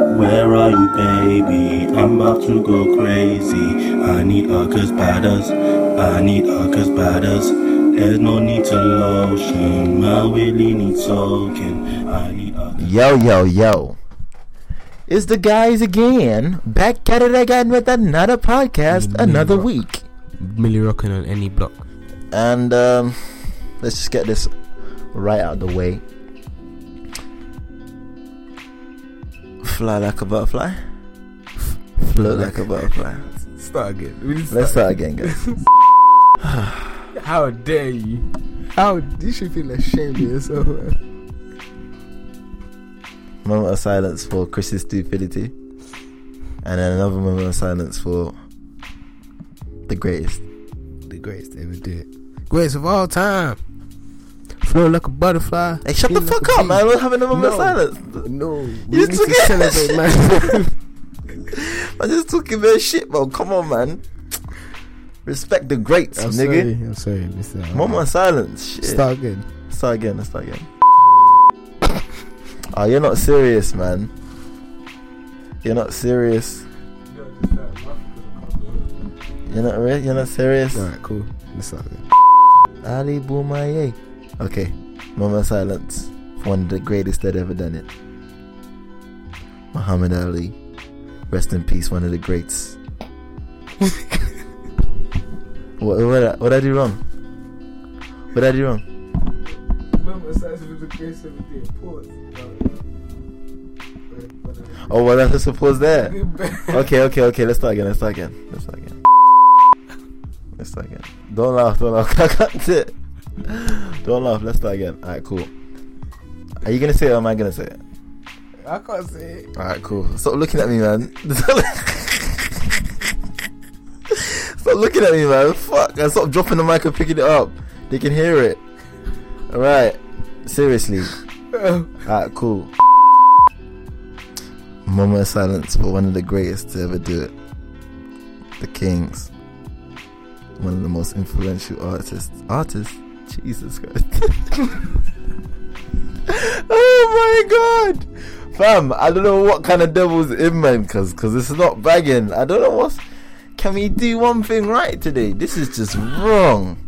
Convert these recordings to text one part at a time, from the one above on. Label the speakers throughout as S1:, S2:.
S1: Where are you, baby? I'm about to go crazy. I need Uckers batters. I need Uckers batters. There's no need to lotion. My Willie needs soaking. I need Uckers.
S2: Yo, yo, yo. It's the guys again. Back at it again with another podcast,
S3: Mm,
S2: another
S3: rock.
S2: week.
S3: Millie rocking on any block.
S2: And um, let's just get this right out of the way. Fly like a butterfly. Float like a butterfly.
S3: Start again. We need to
S2: Let's start again, guys.
S3: How dare you? How you should feel ashamed of yourself. man.
S2: moment of silence for Chris's stupidity, and then another moment of silence for the greatest.
S3: The greatest ever did. Greatest of all time. Flow like a butterfly.
S2: Hey, shut
S3: Feel
S2: the
S3: like
S2: fuck
S3: a
S2: up,
S3: bee.
S2: man! We're having a moment of
S3: No.
S2: silence.
S3: No, we
S2: You
S3: need
S2: took
S3: to
S2: it.
S3: celebrate, man.
S2: I'm just talking about shit, bro. Come on, man. Respect the greats,
S3: I'm sorry.
S2: nigga.
S3: I'm sorry, Mr.
S2: Moment of silence. Shit. Start.
S3: Start again.
S2: again. Let's start again. oh, you're not serious, man. You're not serious. You're not. Re- you're not serious.
S3: Alright, cool. Let's start again.
S2: Ali Boumaye. Okay, moment of silence for one of the greatest that ever done it. Muhammad Ali. Rest in peace, one of the greats. what, what, I- what I do wrong? What I do wrong? Oh, well, that's just a pause there. Okay, okay, okay. Let's start again. Let's start again. Let's start again. Let's start again. Don't laugh. Don't laugh. I can't do it. Don't laugh. Let's start again. All right, cool. Are you gonna say it? Or am I gonna say it?
S3: I can't say it.
S2: All right, cool. Stop looking at me, man. stop looking at me, man. Fuck. I stop dropping the mic and picking it up. They can hear it. All right. Seriously. All right, cool. Moment of silence for one of the greatest to ever do it. The Kings. One of the most influential artists. Artists? Jesus Christ. oh my god! Fam, I don't know what kind of devil's in man, cuz, cuz it's not bagging. I don't know what's. Can we do one thing right today? This is just wrong.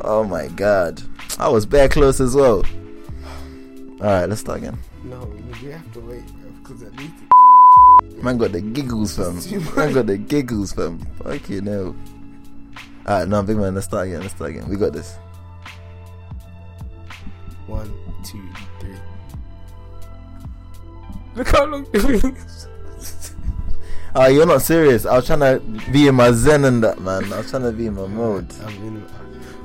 S2: Oh my god. I was bare close as well. Alright, let's start again.
S3: No, we have to wait because at least
S2: Man got the giggles, fam.
S3: Too
S2: Man
S3: much.
S2: got the giggles, fam. Fuck you, no. Alright, no, big man, let's start again. Let's start again. We got this.
S3: One, two, three. Look how long the rings.
S2: Ah, you're not serious. I was trying to be in my zen and that, man. I was trying to be in my mode.
S3: I'm in.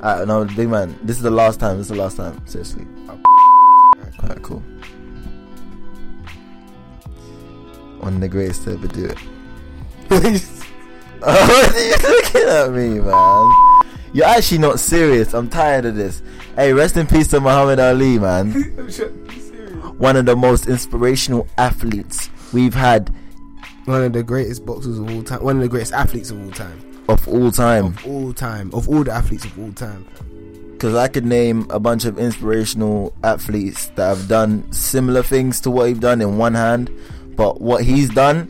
S2: Alright, no, big man. This is the last time. This is the last time. Seriously. Alright, cool. One of the greatest to ever do it. what are you looking at me, man? You're actually not serious. I'm tired of this. Hey, rest in peace to Muhammad Ali, man.
S3: I'm sure- you serious.
S2: one of the most inspirational athletes we've had
S3: One of the greatest boxers of all time. One of the greatest athletes of all time.
S2: of all time.
S3: Of all time. Of all the athletes of all time.
S2: Because I could name a bunch of inspirational athletes that have done similar things to what he's done in one hand, but what he's done,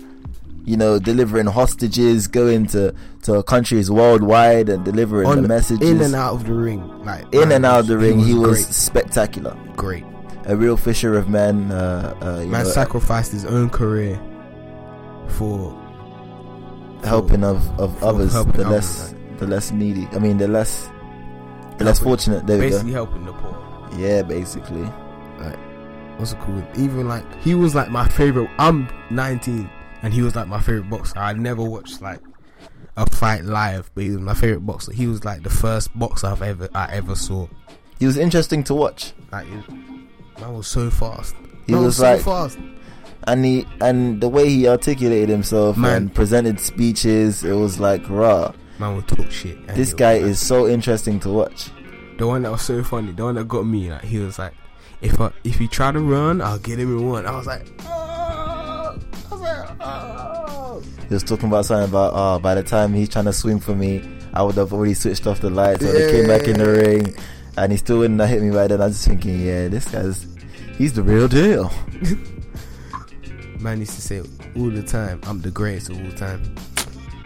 S2: you know, delivering hostages, going to to countries worldwide, and delivering the messages
S3: in and out of the ring, like
S2: In
S3: man,
S2: and out of the ring. He was,
S3: great,
S2: spectacular,
S3: great.
S2: a real fisher of men. Uh, uh, you
S3: Man
S2: know,
S3: sacrificed his own career for
S2: helping of, of
S3: for
S2: others,
S3: helping
S2: the
S3: others,
S2: less the less needy. I mean, the less the less
S3: Helping-
S2: fortunate. There we go.
S3: basically helping the poor.
S2: Yeah, basically.
S3: What's it called? Even like he was like my favorite. I'm 19, and he was like my favorite boxer. I never watched like a fight live, but he was my favorite boxer. He was like the first boxer I've ever I ever saw.
S2: He was interesting to watch.
S3: Like it, man was so fast.
S2: He
S3: Man
S2: was
S3: so
S2: like-
S3: fast.
S2: And he and the way he articulated himself
S3: Man.
S2: and presented speeches, it was like rah.
S3: Man would talk shit. and
S2: This
S3: it was
S2: guy
S3: like-
S2: is so interesting to watch.
S3: the one that was so funny, the one that got me, like he was like, if I, if he try to run, I'll get him in one. I was like, oh, I was like, oh.
S2: He was talking about something about oh by the time he's trying to swing for me, I would have already switched off the lights or they came back in the ring and he still wouldn't have hit me by then. I was just thinking, yeah, this guy's he's the real deal.
S3: man used to say all the time, I'm the greatest of all time.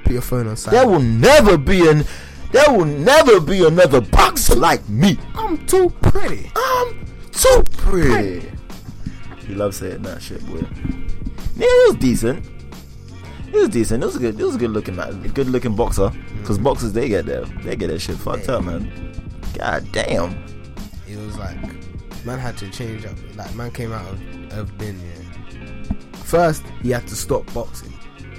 S3: Put your phone on
S2: There
S3: silent.
S2: will never be an there will never be another boxer like me.
S3: I'm too pretty.
S2: I'm too pretty. You love saying that shit, boy. Yeah, it was decent. It was decent. It was a good. It was a good looking man. Good looking boxer. Cause boxers they get their they get their shit fucked up, man. God damn.
S3: It was like man had to change up. Like man came out of, of bin. Yeah. First he had to stop boxing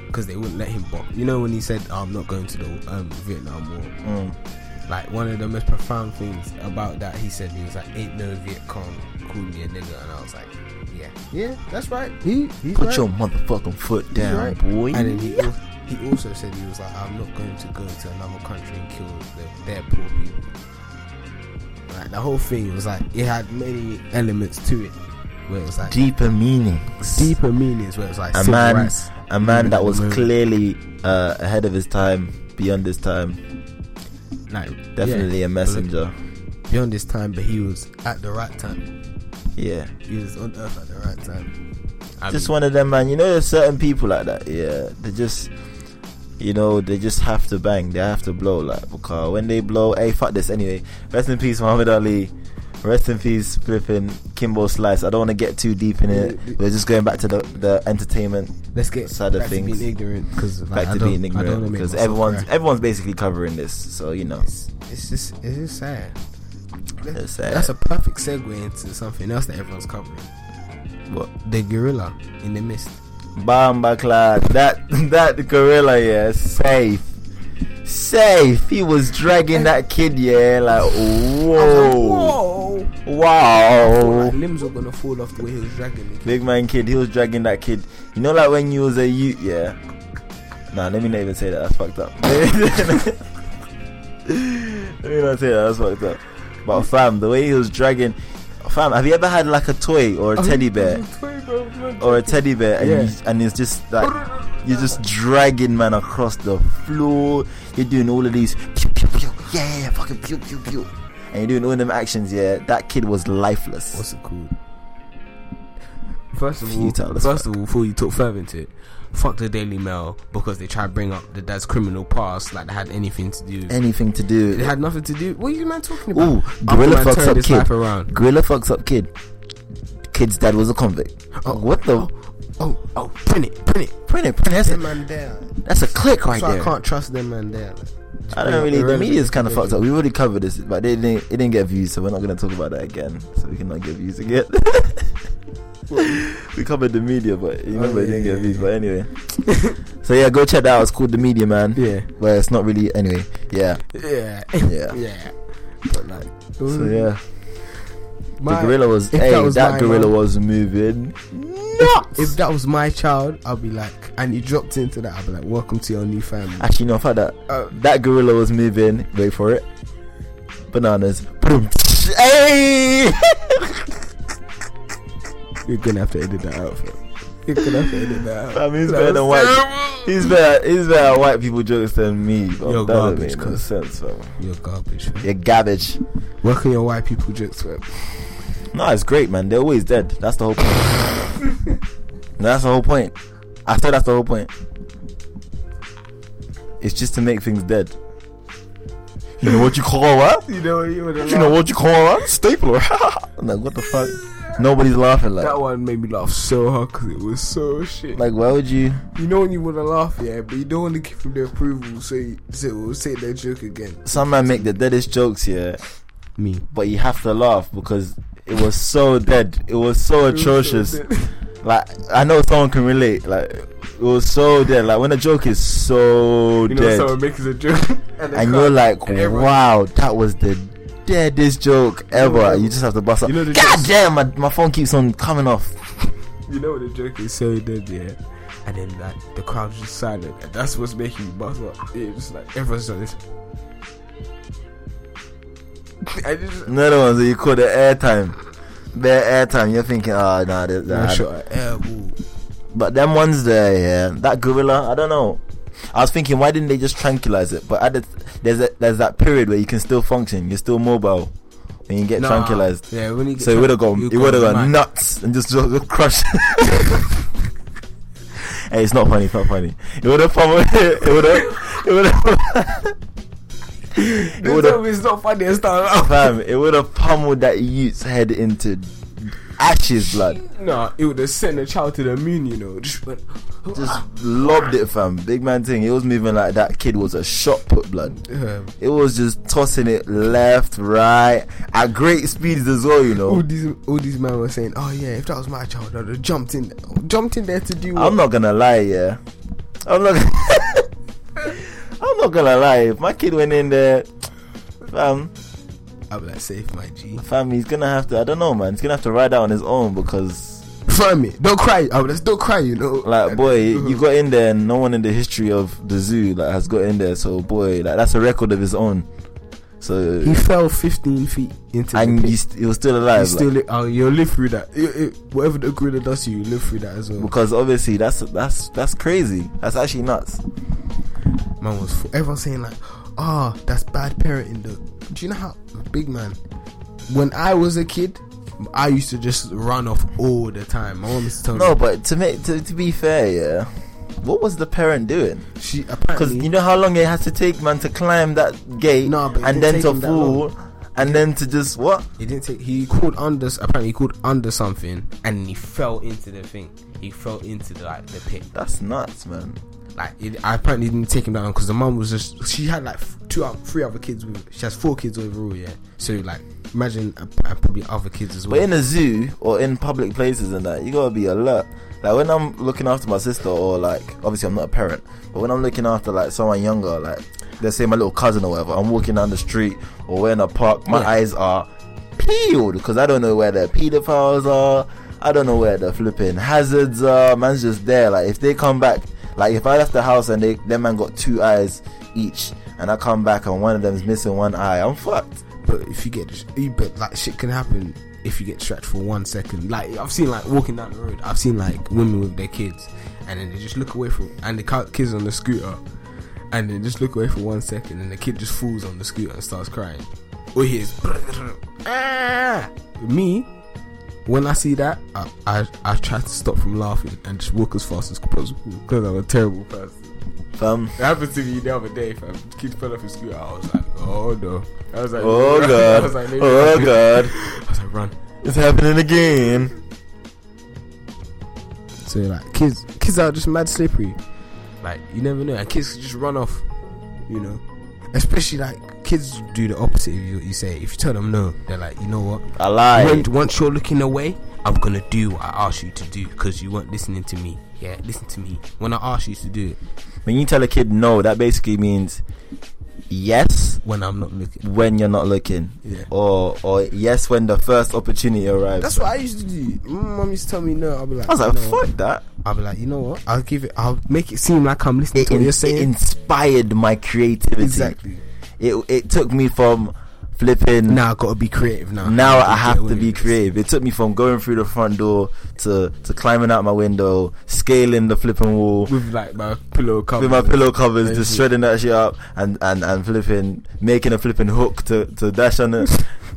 S3: because they wouldn't let him box. You know when he said, oh, "I'm not going to the um, Vietnam War."
S2: Mm.
S3: Like one of the most profound things about that he said he was like, "Ain't no Viet Cong called me a nigga," and I was like, "Yeah, yeah, that's right. He, he's
S2: Put
S3: right.
S2: your motherfucking foot down,
S3: right.
S2: boy.
S3: And then he, al- he also said he was like, I'm not going to go to another country and kill the, their poor people. Like the whole thing was like it had many elements to it, where it was like
S2: Deeper meanings.
S3: deeper meanings, where it was like
S2: a
S3: civil
S2: man,
S3: rights.
S2: a man that was
S3: Movement.
S2: clearly uh, ahead of his time, beyond his time.
S3: like
S2: Definitely
S3: yeah,
S2: a messenger.
S3: beyond his time, but he was at the right time.
S2: Yeah,
S3: He was on earth at the right time. I
S2: just
S3: mean,
S2: one of them, man. You know, there's certain people like that. Yeah, they just, you know, they just have to bang. They have to blow. Like because when they blow, hey, fuck this. Anyway, rest in peace, Muhammad Ali. Rest in peace, flipping Kimbo Slice. I don't want to get too deep in it. We're just going back to the, the entertainment
S3: let's get
S2: side of
S3: back to
S2: things.
S3: being ignorant because like,
S2: back
S3: I
S2: to
S3: don't-
S2: being
S3: I don't
S2: ignorant
S3: wanna make
S2: because
S3: myself
S2: everyone's
S3: cry.
S2: everyone's basically covering this. So you know,
S3: it's, it's just it's just sad.
S2: it's sad.
S3: That's a perfect segue into something else that everyone's covering.
S2: What?
S3: The gorilla in the mist.
S2: Bamba Clyde. That that gorilla, yeah, safe. Safe. He was dragging that kid, yeah, like whoa.
S3: Whoa!
S2: Wow.
S3: Like, limbs were gonna fall off the way he was dragging the kid.
S2: Big man kid, he was dragging that kid. You know like when you was a youth, yeah. Nah, let me not even say that, that's fucked up. let me not say that, that's fucked up. But fam, the way he was dragging fam, have you ever had like a toy or a teddy bear? or a teddy bear and,
S3: Yeah.
S2: you, and it's just like you're just dragging man across the floor you're doing all of these pew, pew, pew, yeah yeah, fucking pew pew pew and you're doing all them actions yeah that kid was lifeless
S3: What's it called? First of all,
S2: Futile as
S3: first of all, before you talk further into it, fuck the Daily Mail because they tried to bring up the dad's criminal past like they had anything to do.
S2: anything to do
S3: it had nothing to do. What are you man talking about?
S2: ooh
S3: Uncle
S2: gorilla
S3: man
S2: fucks
S3: turned
S2: up
S3: his
S2: kid
S3: life around.
S2: gorilla fucks up kid kid's dad was a convict oh what the
S3: Oh, oh, print it, print it.
S2: print it print it that's
S3: Them
S2: a,
S3: man there.
S2: that's a click right
S3: so I
S2: there
S3: can't trust them man there. Like, it's
S2: I don't really. The
S3: irrelevant.
S2: media's kind of fucked up. We already covered this, but they didn't. It didn't get views, so we're not going to talk about that again. So we cannot get views again. we covered the media, but you remember it
S3: yeah,
S2: didn't get
S3: yeah,
S2: views.
S3: yeah.
S2: But anyway, so yeah, go check that out. It's called the media, man.
S3: Yeah.
S2: Well, it's not really. Anyway, yeah,
S3: Yeah.
S2: Yeah.
S3: yeah. But like,
S2: So yeah,
S3: my-
S2: the gorilla was.
S3: if
S2: Hey, that,
S3: was my
S2: gorilla
S3: man-
S2: was moving.
S3: If that was my child, I'll be like, and he dropped into that, I'll be like, welcome to your new family.
S2: Actually, no, fuck that.
S3: Uh,
S2: That gorilla was moving. Wait for it. Bananas. Boom. Hey.
S3: you're gonna have to edit that out. Fam. You're gonna have to edit that out.
S2: Fam, he's
S3: That
S2: better than
S3: was
S2: white. He's better. He's better at white people jokes than me. Bro.
S3: You're
S2: that doesn't make
S3: garbage,
S2: no
S3: cuz.
S2: sense, fam.
S3: terrible. You're garbage. Fam.
S2: You're garbage.
S3: Welcome your white people jokes, fam.
S2: No, it's great, man. They're always dead. That's the whole point. that's the whole point. I said that's the whole point. It's just to make things dead. You know what you call that?
S3: You know what you would
S2: You know what you call that? Stapler. I'm like, what the fuck? Nobody's laughing. Like,
S3: That one made me laugh so hard because it was so shit.
S2: like, why would you?
S3: you know when you want to laugh, yeah, but you don't want to give them the approval, so you, so we'll say that joke again.
S2: Some man make the deadest jokes here.
S3: Me.
S2: but you have to laugh because it was so dead. It was so atrocious. Like I know someone can relate. Like it was so dead. Like when a joke is so
S3: You know,
S2: dead,
S3: someone makes a joke, and, they
S2: and you're
S3: can't-
S2: like,
S3: and everyone-
S2: wow, that was the deadest joke ever.
S3: know,
S2: you just have to bust up.
S3: you know the
S2: God
S3: jokes-
S2: damn, my, my phone keeps on coming off.
S3: You know the joke is so dead, yeah. And then like the crowd's just silent, and that's what's making you bust up. It's just like everyone's just this. I just
S2: Another one that you call the airtime. Bare airtime. You're thinking, oh nah, this, nah,
S3: Man shot at air ball.
S2: But them ones there, yeah, that gorilla, I don't know. I was thinking, why didn't they just tranquilize it? But at the, there's a, there's that period where you can still function, you're still mobile, when you get
S3: Nah,
S2: tranquilized.
S3: Yeah, when you get
S2: So it would have gone,
S3: you
S2: it would have
S3: go
S2: gone
S3: mad.
S2: nuts and just, just crushed. Hey, it's not funny. It's not funny. It would have probably. It would have. It would have. it
S3: Don't
S2: would
S3: tell
S2: have.
S3: me it's not funny and start
S2: Fam, it would have pummeled that youth's head into ashes, blood.
S3: No, it would have sent the child to the moon, you know. Just went,
S2: Just lobbed it, fam. Big man thing. He was moving like that kid was a shot put, blood.
S3: um,
S2: It was just tossing it left, right, at great speeds as well, you know.
S3: all these all these men were saying, "Oh yeah, if that was my child, I'd have jumped in, jumped in there to do." What?
S2: I'm not gonna lie, yeah. I'm not. I'm not gonna lie. If my kid went in there, fam,
S3: I'm like safe, my G.
S2: fam, he's gonna have to. I don't know, man. He's gonna have to ride out on his own because,
S3: Find me. Don't cry. I'm like, don't cry. You know,
S2: like, boy, you got in there, and no one in the history of the zoo like has got in there. So, boy, like, that's a record of his own. So,
S3: He fell 15 feet into the
S2: and
S3: pit.
S2: he, st- he was still
S3: You
S2: alive.
S3: still,
S2: like,
S3: li- oh, you'll live through that. You- you- whatever the gorilla does to you, you live through that as well.
S2: because obviously, that's that's that's crazy. That's actually nuts.
S3: man was full. everyone saying like, "Ah, that's bad parenting." Though. Do you know how big man? When I was a kid, I used to just run off all the time. My mom used to tell
S2: No,
S3: me
S2: but to make to, to be fair, yeah, what was the parent doing?
S3: she
S2: Because
S3: apparently
S2: you know how long it has to take, man, to climb that gate
S3: No, but it
S2: and
S3: didn't
S2: then
S3: take
S2: to
S3: him that
S2: fall and then to just what?
S3: he didn't take. He called under. Apparently, he called under something, and he fell into the thing. He fell into the, like the pit.
S2: That's nuts, man.
S3: Like it, I apparently didn't take him down because the mom was just she had like f- two, out- three other kids. With, she has four kids overall. Yeah, so like imagine uh, uh, probably other kids as well.
S2: But in a zoo or in public places and that, you gotta be alert. Like when I'm looking after my sister, or like obviously I'm not a parent, but when I'm looking after like someone younger, like let's say my little cousin or whatever, I'm walking down the street or we're in a park, my
S3: Yeah.
S2: eyes are peeled because I don't know where the pedophiles are. I don't know where the flipping hazards are. Man's just there. Like if they come back, like if I left the house and they them man got two eyes each, and I come back and one of them's missing one eye, I'm fucked.
S3: But if you get, you- but like shit can happen if you get stretched for one second. Like I've seen like walking down the road, I've seen like women with their kids, and then they just look away from, and the ca- kids on the scooter, and then just look away for one second, and the kid just falls on the scooter and starts crying. Or he hears, ah! Me, when I see that, I, I I try to stop from laughing and just walk as fast as possible because I'm a terrible person.
S2: Um,
S3: It happened to me the other day. Fam. Kid fell off his scooter. I was like, oh no. I was like,
S2: Oh
S3: run. I
S2: god.
S3: was like, nigga,
S2: Oh
S3: run.
S2: god.
S3: I was like, run.
S2: It's happening again.
S3: So like, kids, kids are just mad slippery. Like you never know. And kids just run off. You know, especially like kids do the opposite of you- what you say. If you tell them no, they're like, you know what?
S2: I lied.
S3: When- once you're looking away, I'm gonna do what I asked you to do because you weren't listening to me. Yeah, listen to me. When I asked you to do it,
S2: When you tell a kid no, that basically means yes
S3: when I'm not looking.
S2: when you're not looking.
S3: Yeah.
S2: Or or yes when the first opportunity arrives.
S3: That's what I used to do. My mom used to tell me no. I'll be like,
S2: I was like,
S3: "No."
S2: fuck that.
S3: I'll be like, you know what? I'll give it. I'll make it seem like I'm listening
S2: It,
S3: to what
S2: in-
S3: you're
S2: it
S3: saying.
S2: inspired my creativity.
S3: Exactly.
S2: It it took me from flipping
S3: Now I gotta be creative. Now.
S2: now I
S3: Get
S2: have
S3: away
S2: to be
S3: with this.
S2: creative. It took me from going through the front door to to climbing out my window, scaling the flipping wall,
S3: with like my pillow cover.
S2: with my pillow covers, just
S3: Thank you.
S2: shredding that shit up and, and, and flipping, making a flipping hook to, to dash on a,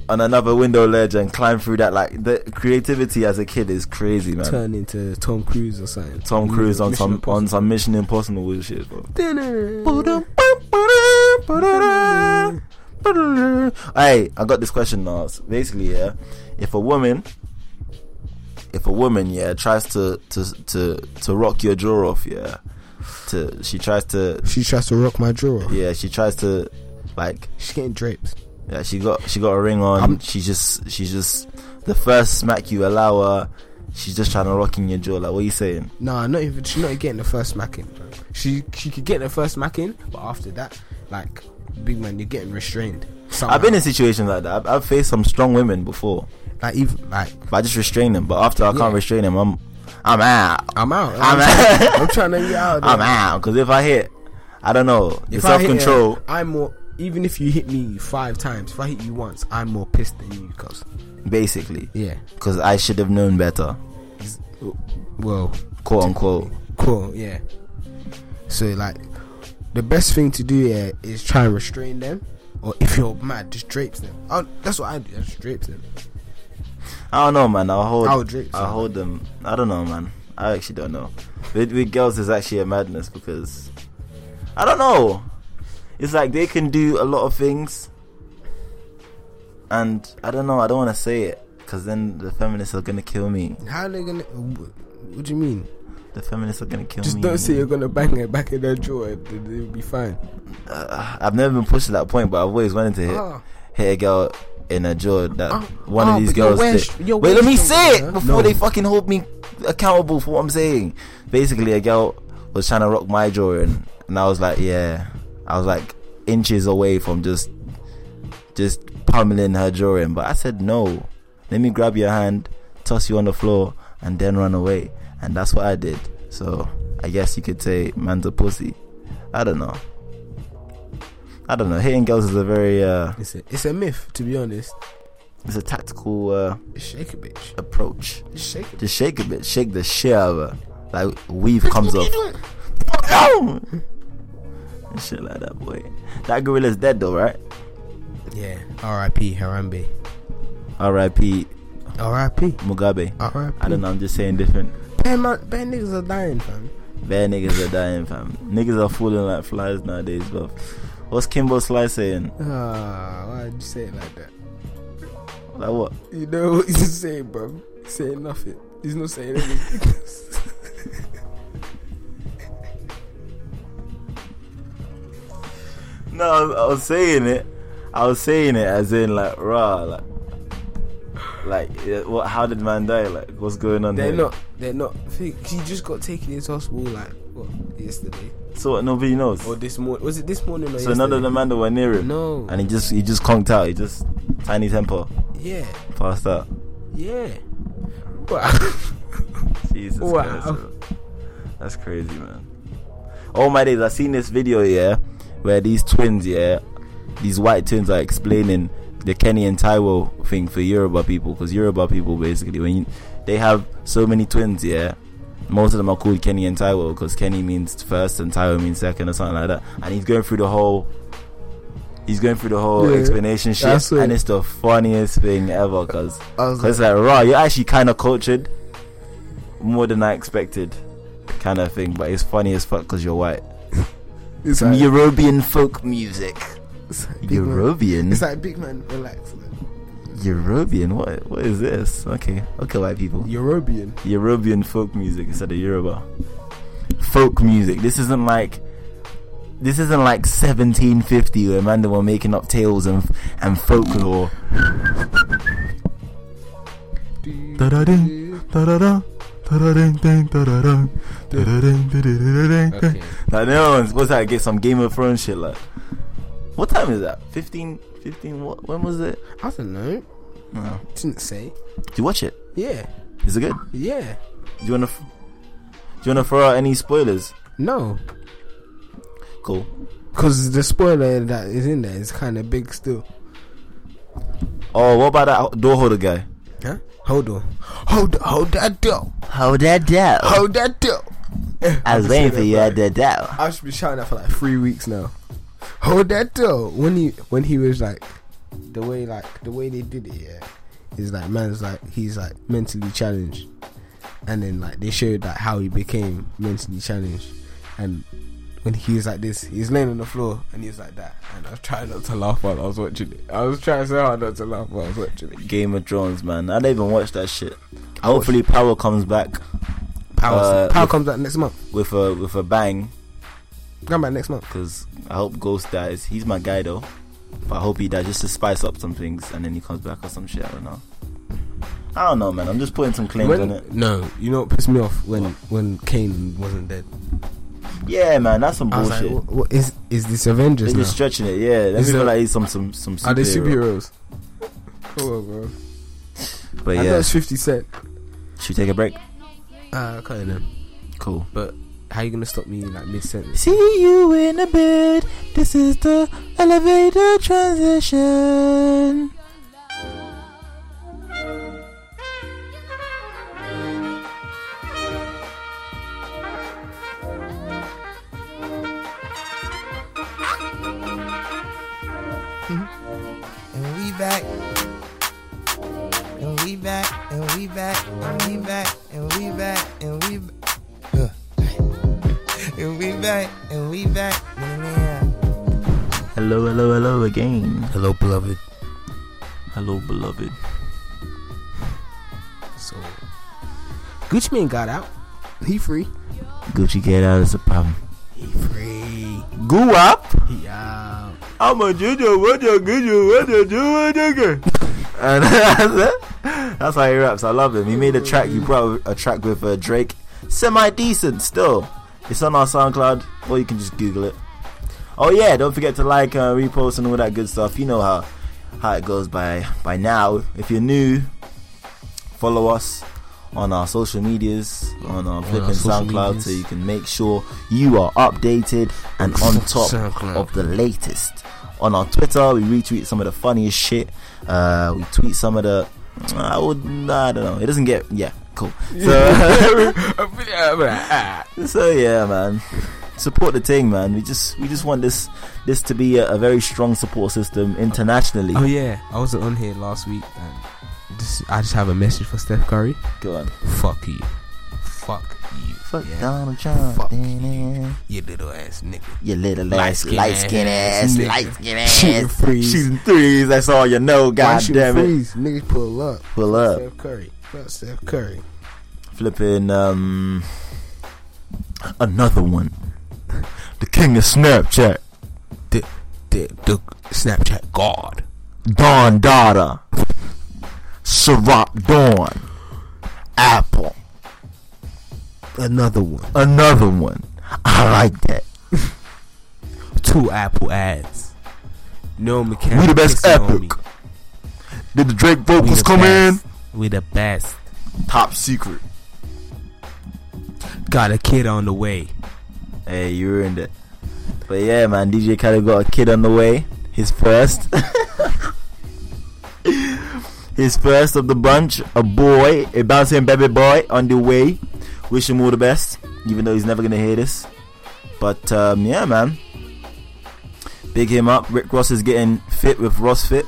S2: on another window ledge and climb through that. Like the creativity as a kid is crazy, man.
S3: Turn into Tom Cruise or something.
S2: Tom Cruise on
S3: Mission
S2: some on
S3: Impossible.
S2: some Mission Impossible shit, bro. Hey, I got this question now. It's basically, yeah, if a woman, if a woman, yeah, tries to to to to rock your jaw off, yeah, to she tries to
S3: She tries to rock my drawer.
S2: yeah, she tries to like
S3: She's getting drapes.
S2: yeah, she got she got a ring on.
S3: I'm-
S2: she just she just the first smack you allow her, she's just trying to rock in your jaw. Like what you saying?
S3: Nah, not even. She's not getting the first smacking. She she could get the first smacking, but after that, like big man, you're getting restrained. Somehow.
S2: I've been in situations like that. I've, I've faced some strong women before,
S3: like even like
S2: but I just restrain them. But after I
S3: Yeah.
S2: can't restrain them, I'm I'm out.
S3: I'm out.
S2: I'm
S3: trying, I'm
S2: out.
S3: trying to get out. Of there.
S2: I'm out. Because if I hit, I don't know. It's
S3: If I
S2: self
S3: hit her,
S2: control.
S3: I'm more. Even if you hit me five times, if I hit you once, I'm more pissed than you, cause
S2: basically.
S3: yeah.
S2: Because I should have known better,
S3: Well,
S2: quote unquote.
S3: cool, yeah. So like, the best thing to do yeah is try and restrain them, or if you're mad, just drapes them. i that's what I do. I just drapes them.
S2: I don't know, man. I'll hold.
S3: I'll drink
S2: I'll
S3: some.
S2: hold them. I don't know, man. I actually don't know. With, with girls, is actually a madness because I don't know. It's like they can do a lot of things, and I don't know. I don't want to say it because then the feminists are gonna kill me.
S3: How are they gonna? uh, wh- What do you mean?
S2: The feminists are gonna kill
S3: Just
S2: me.
S3: don't say you're gonna bang it back in their jaw. and th- They'll be fine.
S2: Uh, I've never been pushed to that point, but I've always wanted to hit,
S3: Ah.
S2: hit a girl in a jaw that
S3: Ah,
S2: one
S3: ah,
S2: of these
S3: but you're
S2: girls.
S3: way
S2: did.
S3: sh- you're
S2: Wait,
S3: way
S2: let me
S3: stronger,
S2: say
S3: huh?
S2: it before
S3: No.
S2: they fucking hold me accountable for what I'm saying. Basically, a girl was trying to rock my jaw, and, and I was like, yeah, I was like inches away from just just pummeling her jaw in, but I said no. Let me grab your hand, toss you on the floor, and then run away, and that's what I did. So I guess you could say man's a pussy. I don't know. I don't know. Hitting girls is a very uh,
S3: It's a, it's a myth, to be honest.
S2: it's a tactical uh,
S3: Shake a bitch.
S2: approach.
S3: Just shake it.
S2: Just shake a bit, shake the shit out of her. Like weave comes off. And shit like that, boy. That gorilla's dead though, right?
S3: Yeah. R.I.P. Harambe.
S2: R.I.P.
S3: R.I.P.
S2: Mugabe.
S3: R.I.P.
S2: I don't know. I'm just saying different.
S3: Bare man- bare niggas are dying, fam.
S2: Bad niggas are dying, fam. Niggas are falling like flies nowadays, bruv. What's Kimbo Slice saying?
S3: Ah, why'd you say it like that?
S2: Like what?
S3: You know what he's saying, bro? He's saying nothing. He's not saying anything.
S2: No, I was, I was saying it. I was saying it as in like rah, like like yeah, what? How did man die? Like what's going on?
S3: they're
S2: here?
S3: not. They're not. Think, he just got taken into hospital like what yesterday
S2: So what? Nobody knows.
S3: or this morning. Was it this morning? Or
S2: So none of the man that were near him.
S3: No.
S2: And he just he just conked out. He just tiny temper
S3: yeah.
S2: passed out.
S3: Yeah. Wow.
S2: Jesus
S3: Wow.
S2: Christ. bro. That's crazy, man. Oh my days, I seen this video, yeah, where these twins, yeah, these white twins are explaining the Kenny and Taiwo thing for Yoruba people, because Yoruba people basically, when you, they have so many twins, yeah, most of them are called Kenny and Taiwo, because Kenny means first and Taiwo means second or something like that. And he's going through the whole, he's going through the whole
S3: Yeah,
S2: explanation shit,
S3: that's it.
S2: and it's the funniest thing ever, because
S3: I was
S2: it's like, raw, you're actually kind of cultured more than I expected, kind of thing. But it's funny as fuck because you're white.
S3: it's
S2: Some European folk music.
S3: it's like big man.
S2: European?
S3: It's like big man, relax. Man.
S2: European? What? What is this? Okay, okay, white people.
S3: European.
S2: European folk music instead of Yoruba. Folk music. This isn't like. This isn't like 1750 where man they were making up tales and and folklore. Da-da-ding, Da-da-da, da-da-ding-ding, da-da-ding, da-da-ding, da-da-da-da-ding. Now the other one's supposed to get some Game of Thrones shit like. What time is that? 15, 15, what, when was it?
S3: I don't know.
S2: No.
S3: Didn't say.
S2: Do you watch it?
S3: Yeah.
S2: Is it good?
S3: Yeah.
S2: Do you wanna f- Do you wanna throw out any spoilers?
S3: No.
S2: Cool.
S3: Because the spoiler that is in there is kind of big still.
S2: Oh, what about that door holder guy?
S3: Huh? Hold on. Hold hold that door.
S2: Hold that down.
S3: Hold that door.
S2: I was waiting for you at the door.
S3: I should be shouting that for like three weeks now. Hold that door. When he when he was like the way like the way they did it, yeah, is like man's like he's like mentally challenged, and then like they showed like how he became mentally challenged, and when he was like this, he was laying on the floor and he was like that, and I was trying not to laugh while I was watching it. I was trying so hard not to laugh while I was watching it.
S2: Game of Thrones, man. I don't even watch that shit. Hopefully, Power comes back
S3: Power
S2: Uh,
S3: Power
S2: if-
S3: comes out next month.
S2: with a with a bang.
S3: Come back next month.
S2: Cause I hope Ghost dies. He's my guy though, but I hope he dies just to spice up some things, and then he comes back or some shit. I don't know. I don't know, man. I'm just putting some claims on it.
S3: no, you know what pissed me off when when Kane wasn't dead.
S2: Yeah, man. That's some
S3: I was like,
S2: bullshit.
S3: what, what is is this
S2: They're
S3: Avengers
S2: just
S3: now?
S2: stretching it. Yeah, they
S3: Is
S2: feel
S3: it-
S2: like he's some some some superhero.
S3: Are they superheroes? Cool, bro.
S2: But
S3: I know
S2: yeah,
S3: it's Fifty Cent.
S2: should we take a break?
S3: Uh, I can't know.
S2: Cool.
S3: But how you gonna stop me like mid sentence?
S2: See you in a bit. This is the elevator transition.
S4: and we back. And we back, and we back, and we back, and we back, and we back. and we back, and we back. Yeah.
S2: Hello, hello, hello again.
S3: Hello, beloved.
S2: Hello, beloved.
S3: So, Gucci Mane got out. He free.
S2: Gucci get out is a problem.
S3: He free.
S2: Goo up.
S3: He out.
S2: I'm a ginger, what you ginger, what you do, what you get? And that's it. That's how he raps. I love him. He made a track. He brought a track with uh, Drake. Semi decent still. It's on our SoundCloud, or you can just Google it. Oh yeah, don't forget to like, uh, repost, and all that good stuff. You know how how it goes by by now. If you're new, follow us on our social medias on our flipping
S3: social
S2: SoundCloud,
S3: medias.
S2: so you can make sure you are updated and on top
S3: SoundCloud.
S2: of the latest. On our Twitter, we retweet some of the funniest shit. Uh, we tweet some of the. I would. I don't know. It doesn't get. Yeah, cool. So, so yeah, man. Support the thing, man. We just we just want this this to be a, a very strong support system internationally.
S3: Oh yeah, I was on here last week and just I just have a message for Steph Curry.
S2: Go on.
S3: Fuck you. Fuck you.
S2: Fuck
S3: yeah.
S2: Donald Trump.
S3: Fuck
S2: you.
S3: You little ass nigga.
S2: little
S3: Light
S2: ass,
S3: skin
S2: light skin ass,
S3: nigga.
S2: light skin
S3: Shooting
S2: ass.
S3: threes.
S2: Shooting threes. That's all you know. God damn it.
S3: Freeze. Niggas pull up.
S2: Pull up.
S3: Steph Curry. Fuck Steph Curry.
S2: flipping um another one the king of snapchat
S3: The, the, the Snapchat God.
S2: don dada Ciroc dawn apple
S3: Another one.
S2: another one i like that
S3: Two Apple ads. No mechanic.
S2: We the best
S3: kissing on
S2: epic.
S3: me.
S2: did the drake
S3: We
S2: vocals
S3: the
S2: come
S3: best. We the best.
S2: in top secret
S3: Got a kid on the way.
S2: hey you ruined it but yeah man dj khaled got a kid on the way his first his first of the bunch, a boy, a bouncing baby boy on the way. Wish him all the best, even though he's never gonna hear this. But um, yeah, man, big him up. Rick Ross is getting fit with Ross Fit.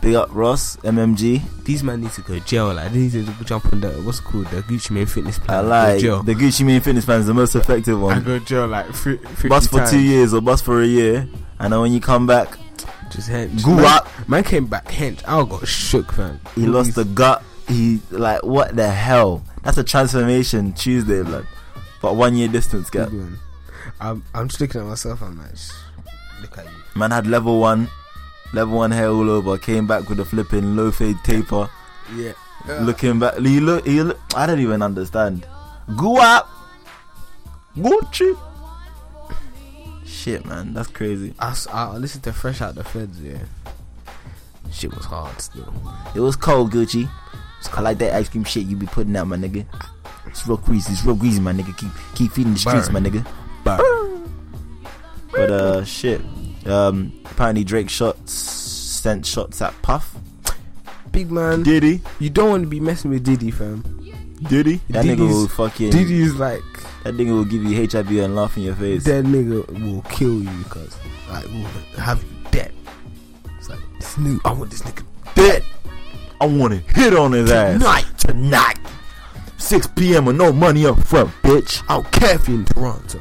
S2: Big up Ross, MMG.
S3: These man need to go to jail. Like they need to jump on the what's it called the Gucci Mane fitness
S2: I
S3: plan.
S2: like
S3: Go jail.
S2: the Gucci Mane fitness plan is the most effective
S3: I
S2: one.
S3: go to jail like fif- 50
S2: Bust for
S3: times.
S2: two years or bust for a year, and then when you come back,
S3: Just hen-
S2: Goo
S3: man,
S2: up.
S3: man came back hench. I got shook, fam.
S2: he lost the gut. He like what the hell? That's a transformation Tuesday, blood. But one year distance gap.
S3: Even- I'm, I'm just looking at myself. I'm like, "Shh, look at you.
S2: Man had level one, level one hair all over. Came back with a flipping low fade taper.
S3: Yeah.
S2: Looking back, he look, he look. I don't even understand. Go up, Gucci. Shit, man, that's crazy.
S3: I, s- I listened to Fresh Out the Feds. Yeah. Shit was hard still.
S2: It was cold, Gucci. I like that ice cream shit you be putting out, my nigga. It's real greasy. It's real greasy, my nigga. Keep keep feeding the streets,
S3: Burn.
S2: my nigga. But uh, shit. Um, apparently Drake shots sent shots at Puff.
S3: Big man,
S2: Diddy,
S3: you don't want to be messing with Diddy, fam.
S2: Diddy. That nigga
S3: Diddy's-
S2: will fucking.
S3: Diddy's like
S2: That nigga will give you HIV and laugh in your face.
S3: that nigga will kill you because like will have you dead. It's like Snoop. I want this nigga
S2: Dead. I want to hit on his ass
S3: tonight.
S2: tonight. 6 p.m. with no money up front, bitch.
S3: I don't care if you're in Toronto.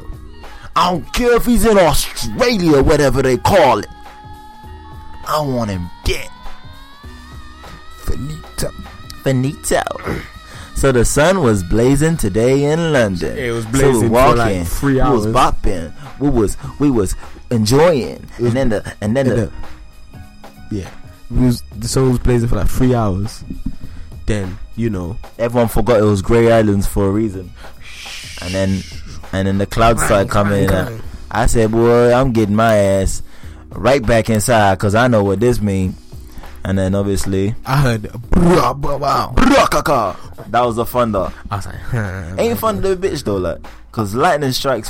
S2: I don't care if he's in Australia, whatever they call it. I want him dead.
S3: Finito.
S2: Finito. So the sun was blazing today in London.
S3: It was
S2: So
S3: blazing
S2: we
S3: for
S2: walking,
S3: like three
S2: We
S3: hours.
S2: was bopping. We was we was enjoying. And then the and then
S3: And
S2: the
S3: then, yeah, we was, the song was blazing for like three hours. Then you know,
S2: everyone forgot it was Grey Islands for a reason. And then and then the clouds started coming in.
S3: Bang, bang.
S2: I said, boy, I'm getting my ass right back inside because I know what this means. And then obviously,
S3: I heard blah blah blah.
S2: that was the thunder.
S3: I was like, huh,
S2: Ain't thunder a bitch though, like, because lightning strikes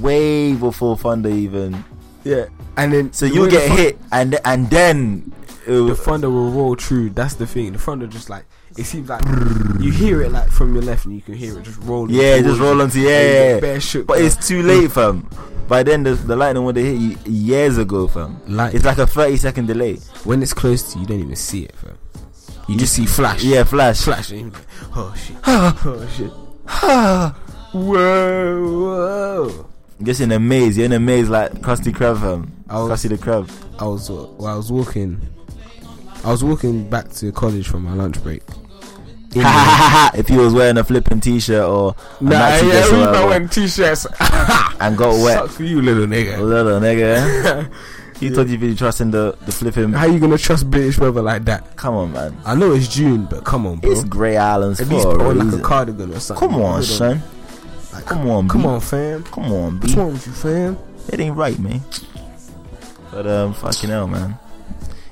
S2: way before thunder even.
S3: yeah. And then
S2: So
S3: the
S2: you
S3: way
S2: get
S3: the
S2: hit, and and then it
S3: thun- The
S2: was,
S3: thunder will roll through. That's the thing. The thunder just like it seems like you hear it like from your left, and you can hear it just rolling.
S2: yeah,
S3: towards
S2: just roll
S3: you.
S2: onto
S3: And you
S2: yeah,
S3: get
S2: yeah.
S3: bare shook.
S2: But it's too late, fam. By then, the, the lightning would have hit you years ago, fam.
S3: like
S2: It's like a 30 second delay.
S3: when it's close to you, you don't even see it, fam. You just see flash.
S2: Yeah, flash.
S3: flash and you're like, oh shit, oh shit, whoa, whoa.
S2: Just in a maze. You're in a maze like Krusty Krab, fam.
S3: I was-
S2: Krusty the Krab.
S3: I was well, I was walking. I was walking back to college from my lunch break. In the-
S2: if he was wearing a flipping t-shirt or a
S3: Nah,
S2: maxi
S3: yeah,
S2: dress or
S3: we
S2: whatever,
S3: not wearing t-shirts.
S2: and got
S3: Suck
S2: wet,
S3: for you, little nigga.
S2: little nigga. You thought you'd be trusting the the flipping.
S3: How you gonna trust British weather like that?
S2: Come on, man.
S3: I know it's June, but come on, bro.
S2: It's Grey Islands
S3: At
S2: for
S3: least
S2: a
S3: put on like
S2: reason.
S3: a cardigan or something.
S2: Come on,
S3: Hold
S2: son.
S3: Like,
S2: Come on,
S3: Come
S2: B.
S3: on, fam.
S2: Come on,
S3: What's
S2: B.
S3: wrong with you, fam?
S2: It ain't right, man. But um, fucking hell, man.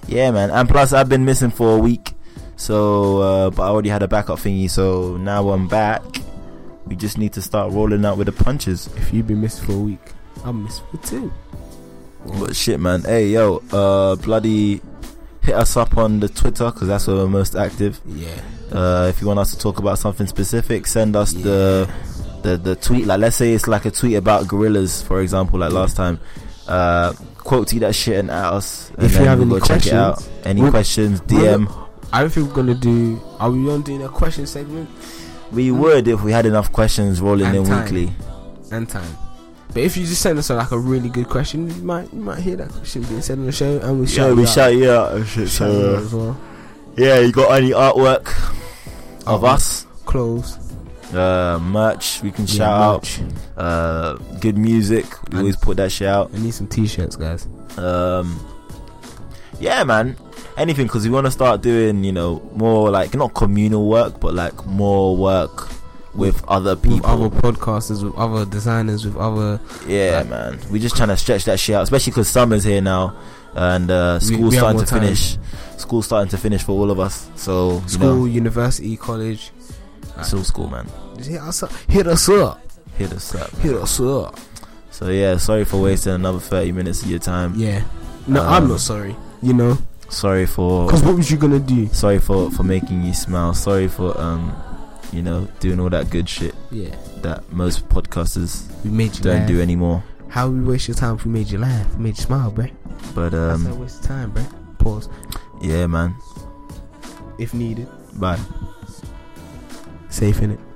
S2: Yeah, man. And plus, I've been missing for a week, so uh, but I already had a backup thingy. So now I'm back. We just need to start rolling out with the punches.
S3: If you've been missing for a week, I'm missing for two.
S2: But shit, man. Hey, yo, uh, bloody hit us up on the Twitter because that's where we're most active.
S3: Yeah.
S2: Uh, if you want us to talk about something specific, send us the, the the tweet. Like, let's say it's like a tweet about gorillas, for example, like last time. Uh, quote tweet that shit and at us. And
S3: If you
S2: then
S3: have
S2: we'll
S3: any
S2: go check it out.
S3: questions,
S2: Any
S3: we'll-
S2: questions?
S3: we'll-
S2: DM.
S3: I don't think we're gonna do. Are we on doing a question segment
S2: We would if we had enough questions rolling
S3: Mm. And
S2: in
S3: time.
S2: weekly.
S3: and time? But if you just send us like a really good question, you might you might hear that question being said on the show, and we
S2: Yeah,
S3: shout
S2: we
S3: you out.
S2: shout you out and shit.
S3: Shout you out
S2: So uh,
S3: as well.
S2: yeah, you got any artwork of
S3: Artwork.
S2: us?
S3: Clothes.
S2: Uh, merch we can
S3: Yeah,
S2: shout out.
S3: merch.
S2: Uh, good music we
S3: And-
S2: always put that shit out.
S3: I need some t-shirts, guys.
S2: Um, yeah, man. Anything because we want to start doing, you know, more like not communal work, but like more work with other
S3: With
S2: people.
S3: other podcasters, with other designers, with other
S2: yeah,
S3: like-
S2: man. We're just trying to stretch that shit out, especially because summer's here now and uh,
S3: We-
S2: school's
S3: we have
S2: starting
S3: more
S2: to
S3: time.
S2: finish. School's starting to finish for all of us. So you
S3: school,
S2: know,
S3: university, college.
S2: it's all school, man.
S3: Just hit us up. Hit us up.
S2: Hit us up.
S3: Hit us up.
S2: So yeah, sorry for wasting another thirty minutes of your time.
S3: Yeah. No, I'm
S2: Um,
S3: not sorry. You know,
S2: Sorry for
S3: because what was you gonna do?
S2: sorry for for making you smile. Sorry for um, you know, doing all that good shit.
S3: Yeah,
S2: that most podcasters
S3: we made you
S2: don't
S3: laugh.
S2: do anymore.
S3: How we waste your time if we made you laugh, we made you smile, bruh.
S2: But
S3: That's not
S2: um,
S3: a waste of time, bruh. Pause
S2: yeah, man.
S3: if needed.
S2: Bye.
S3: Safe in it.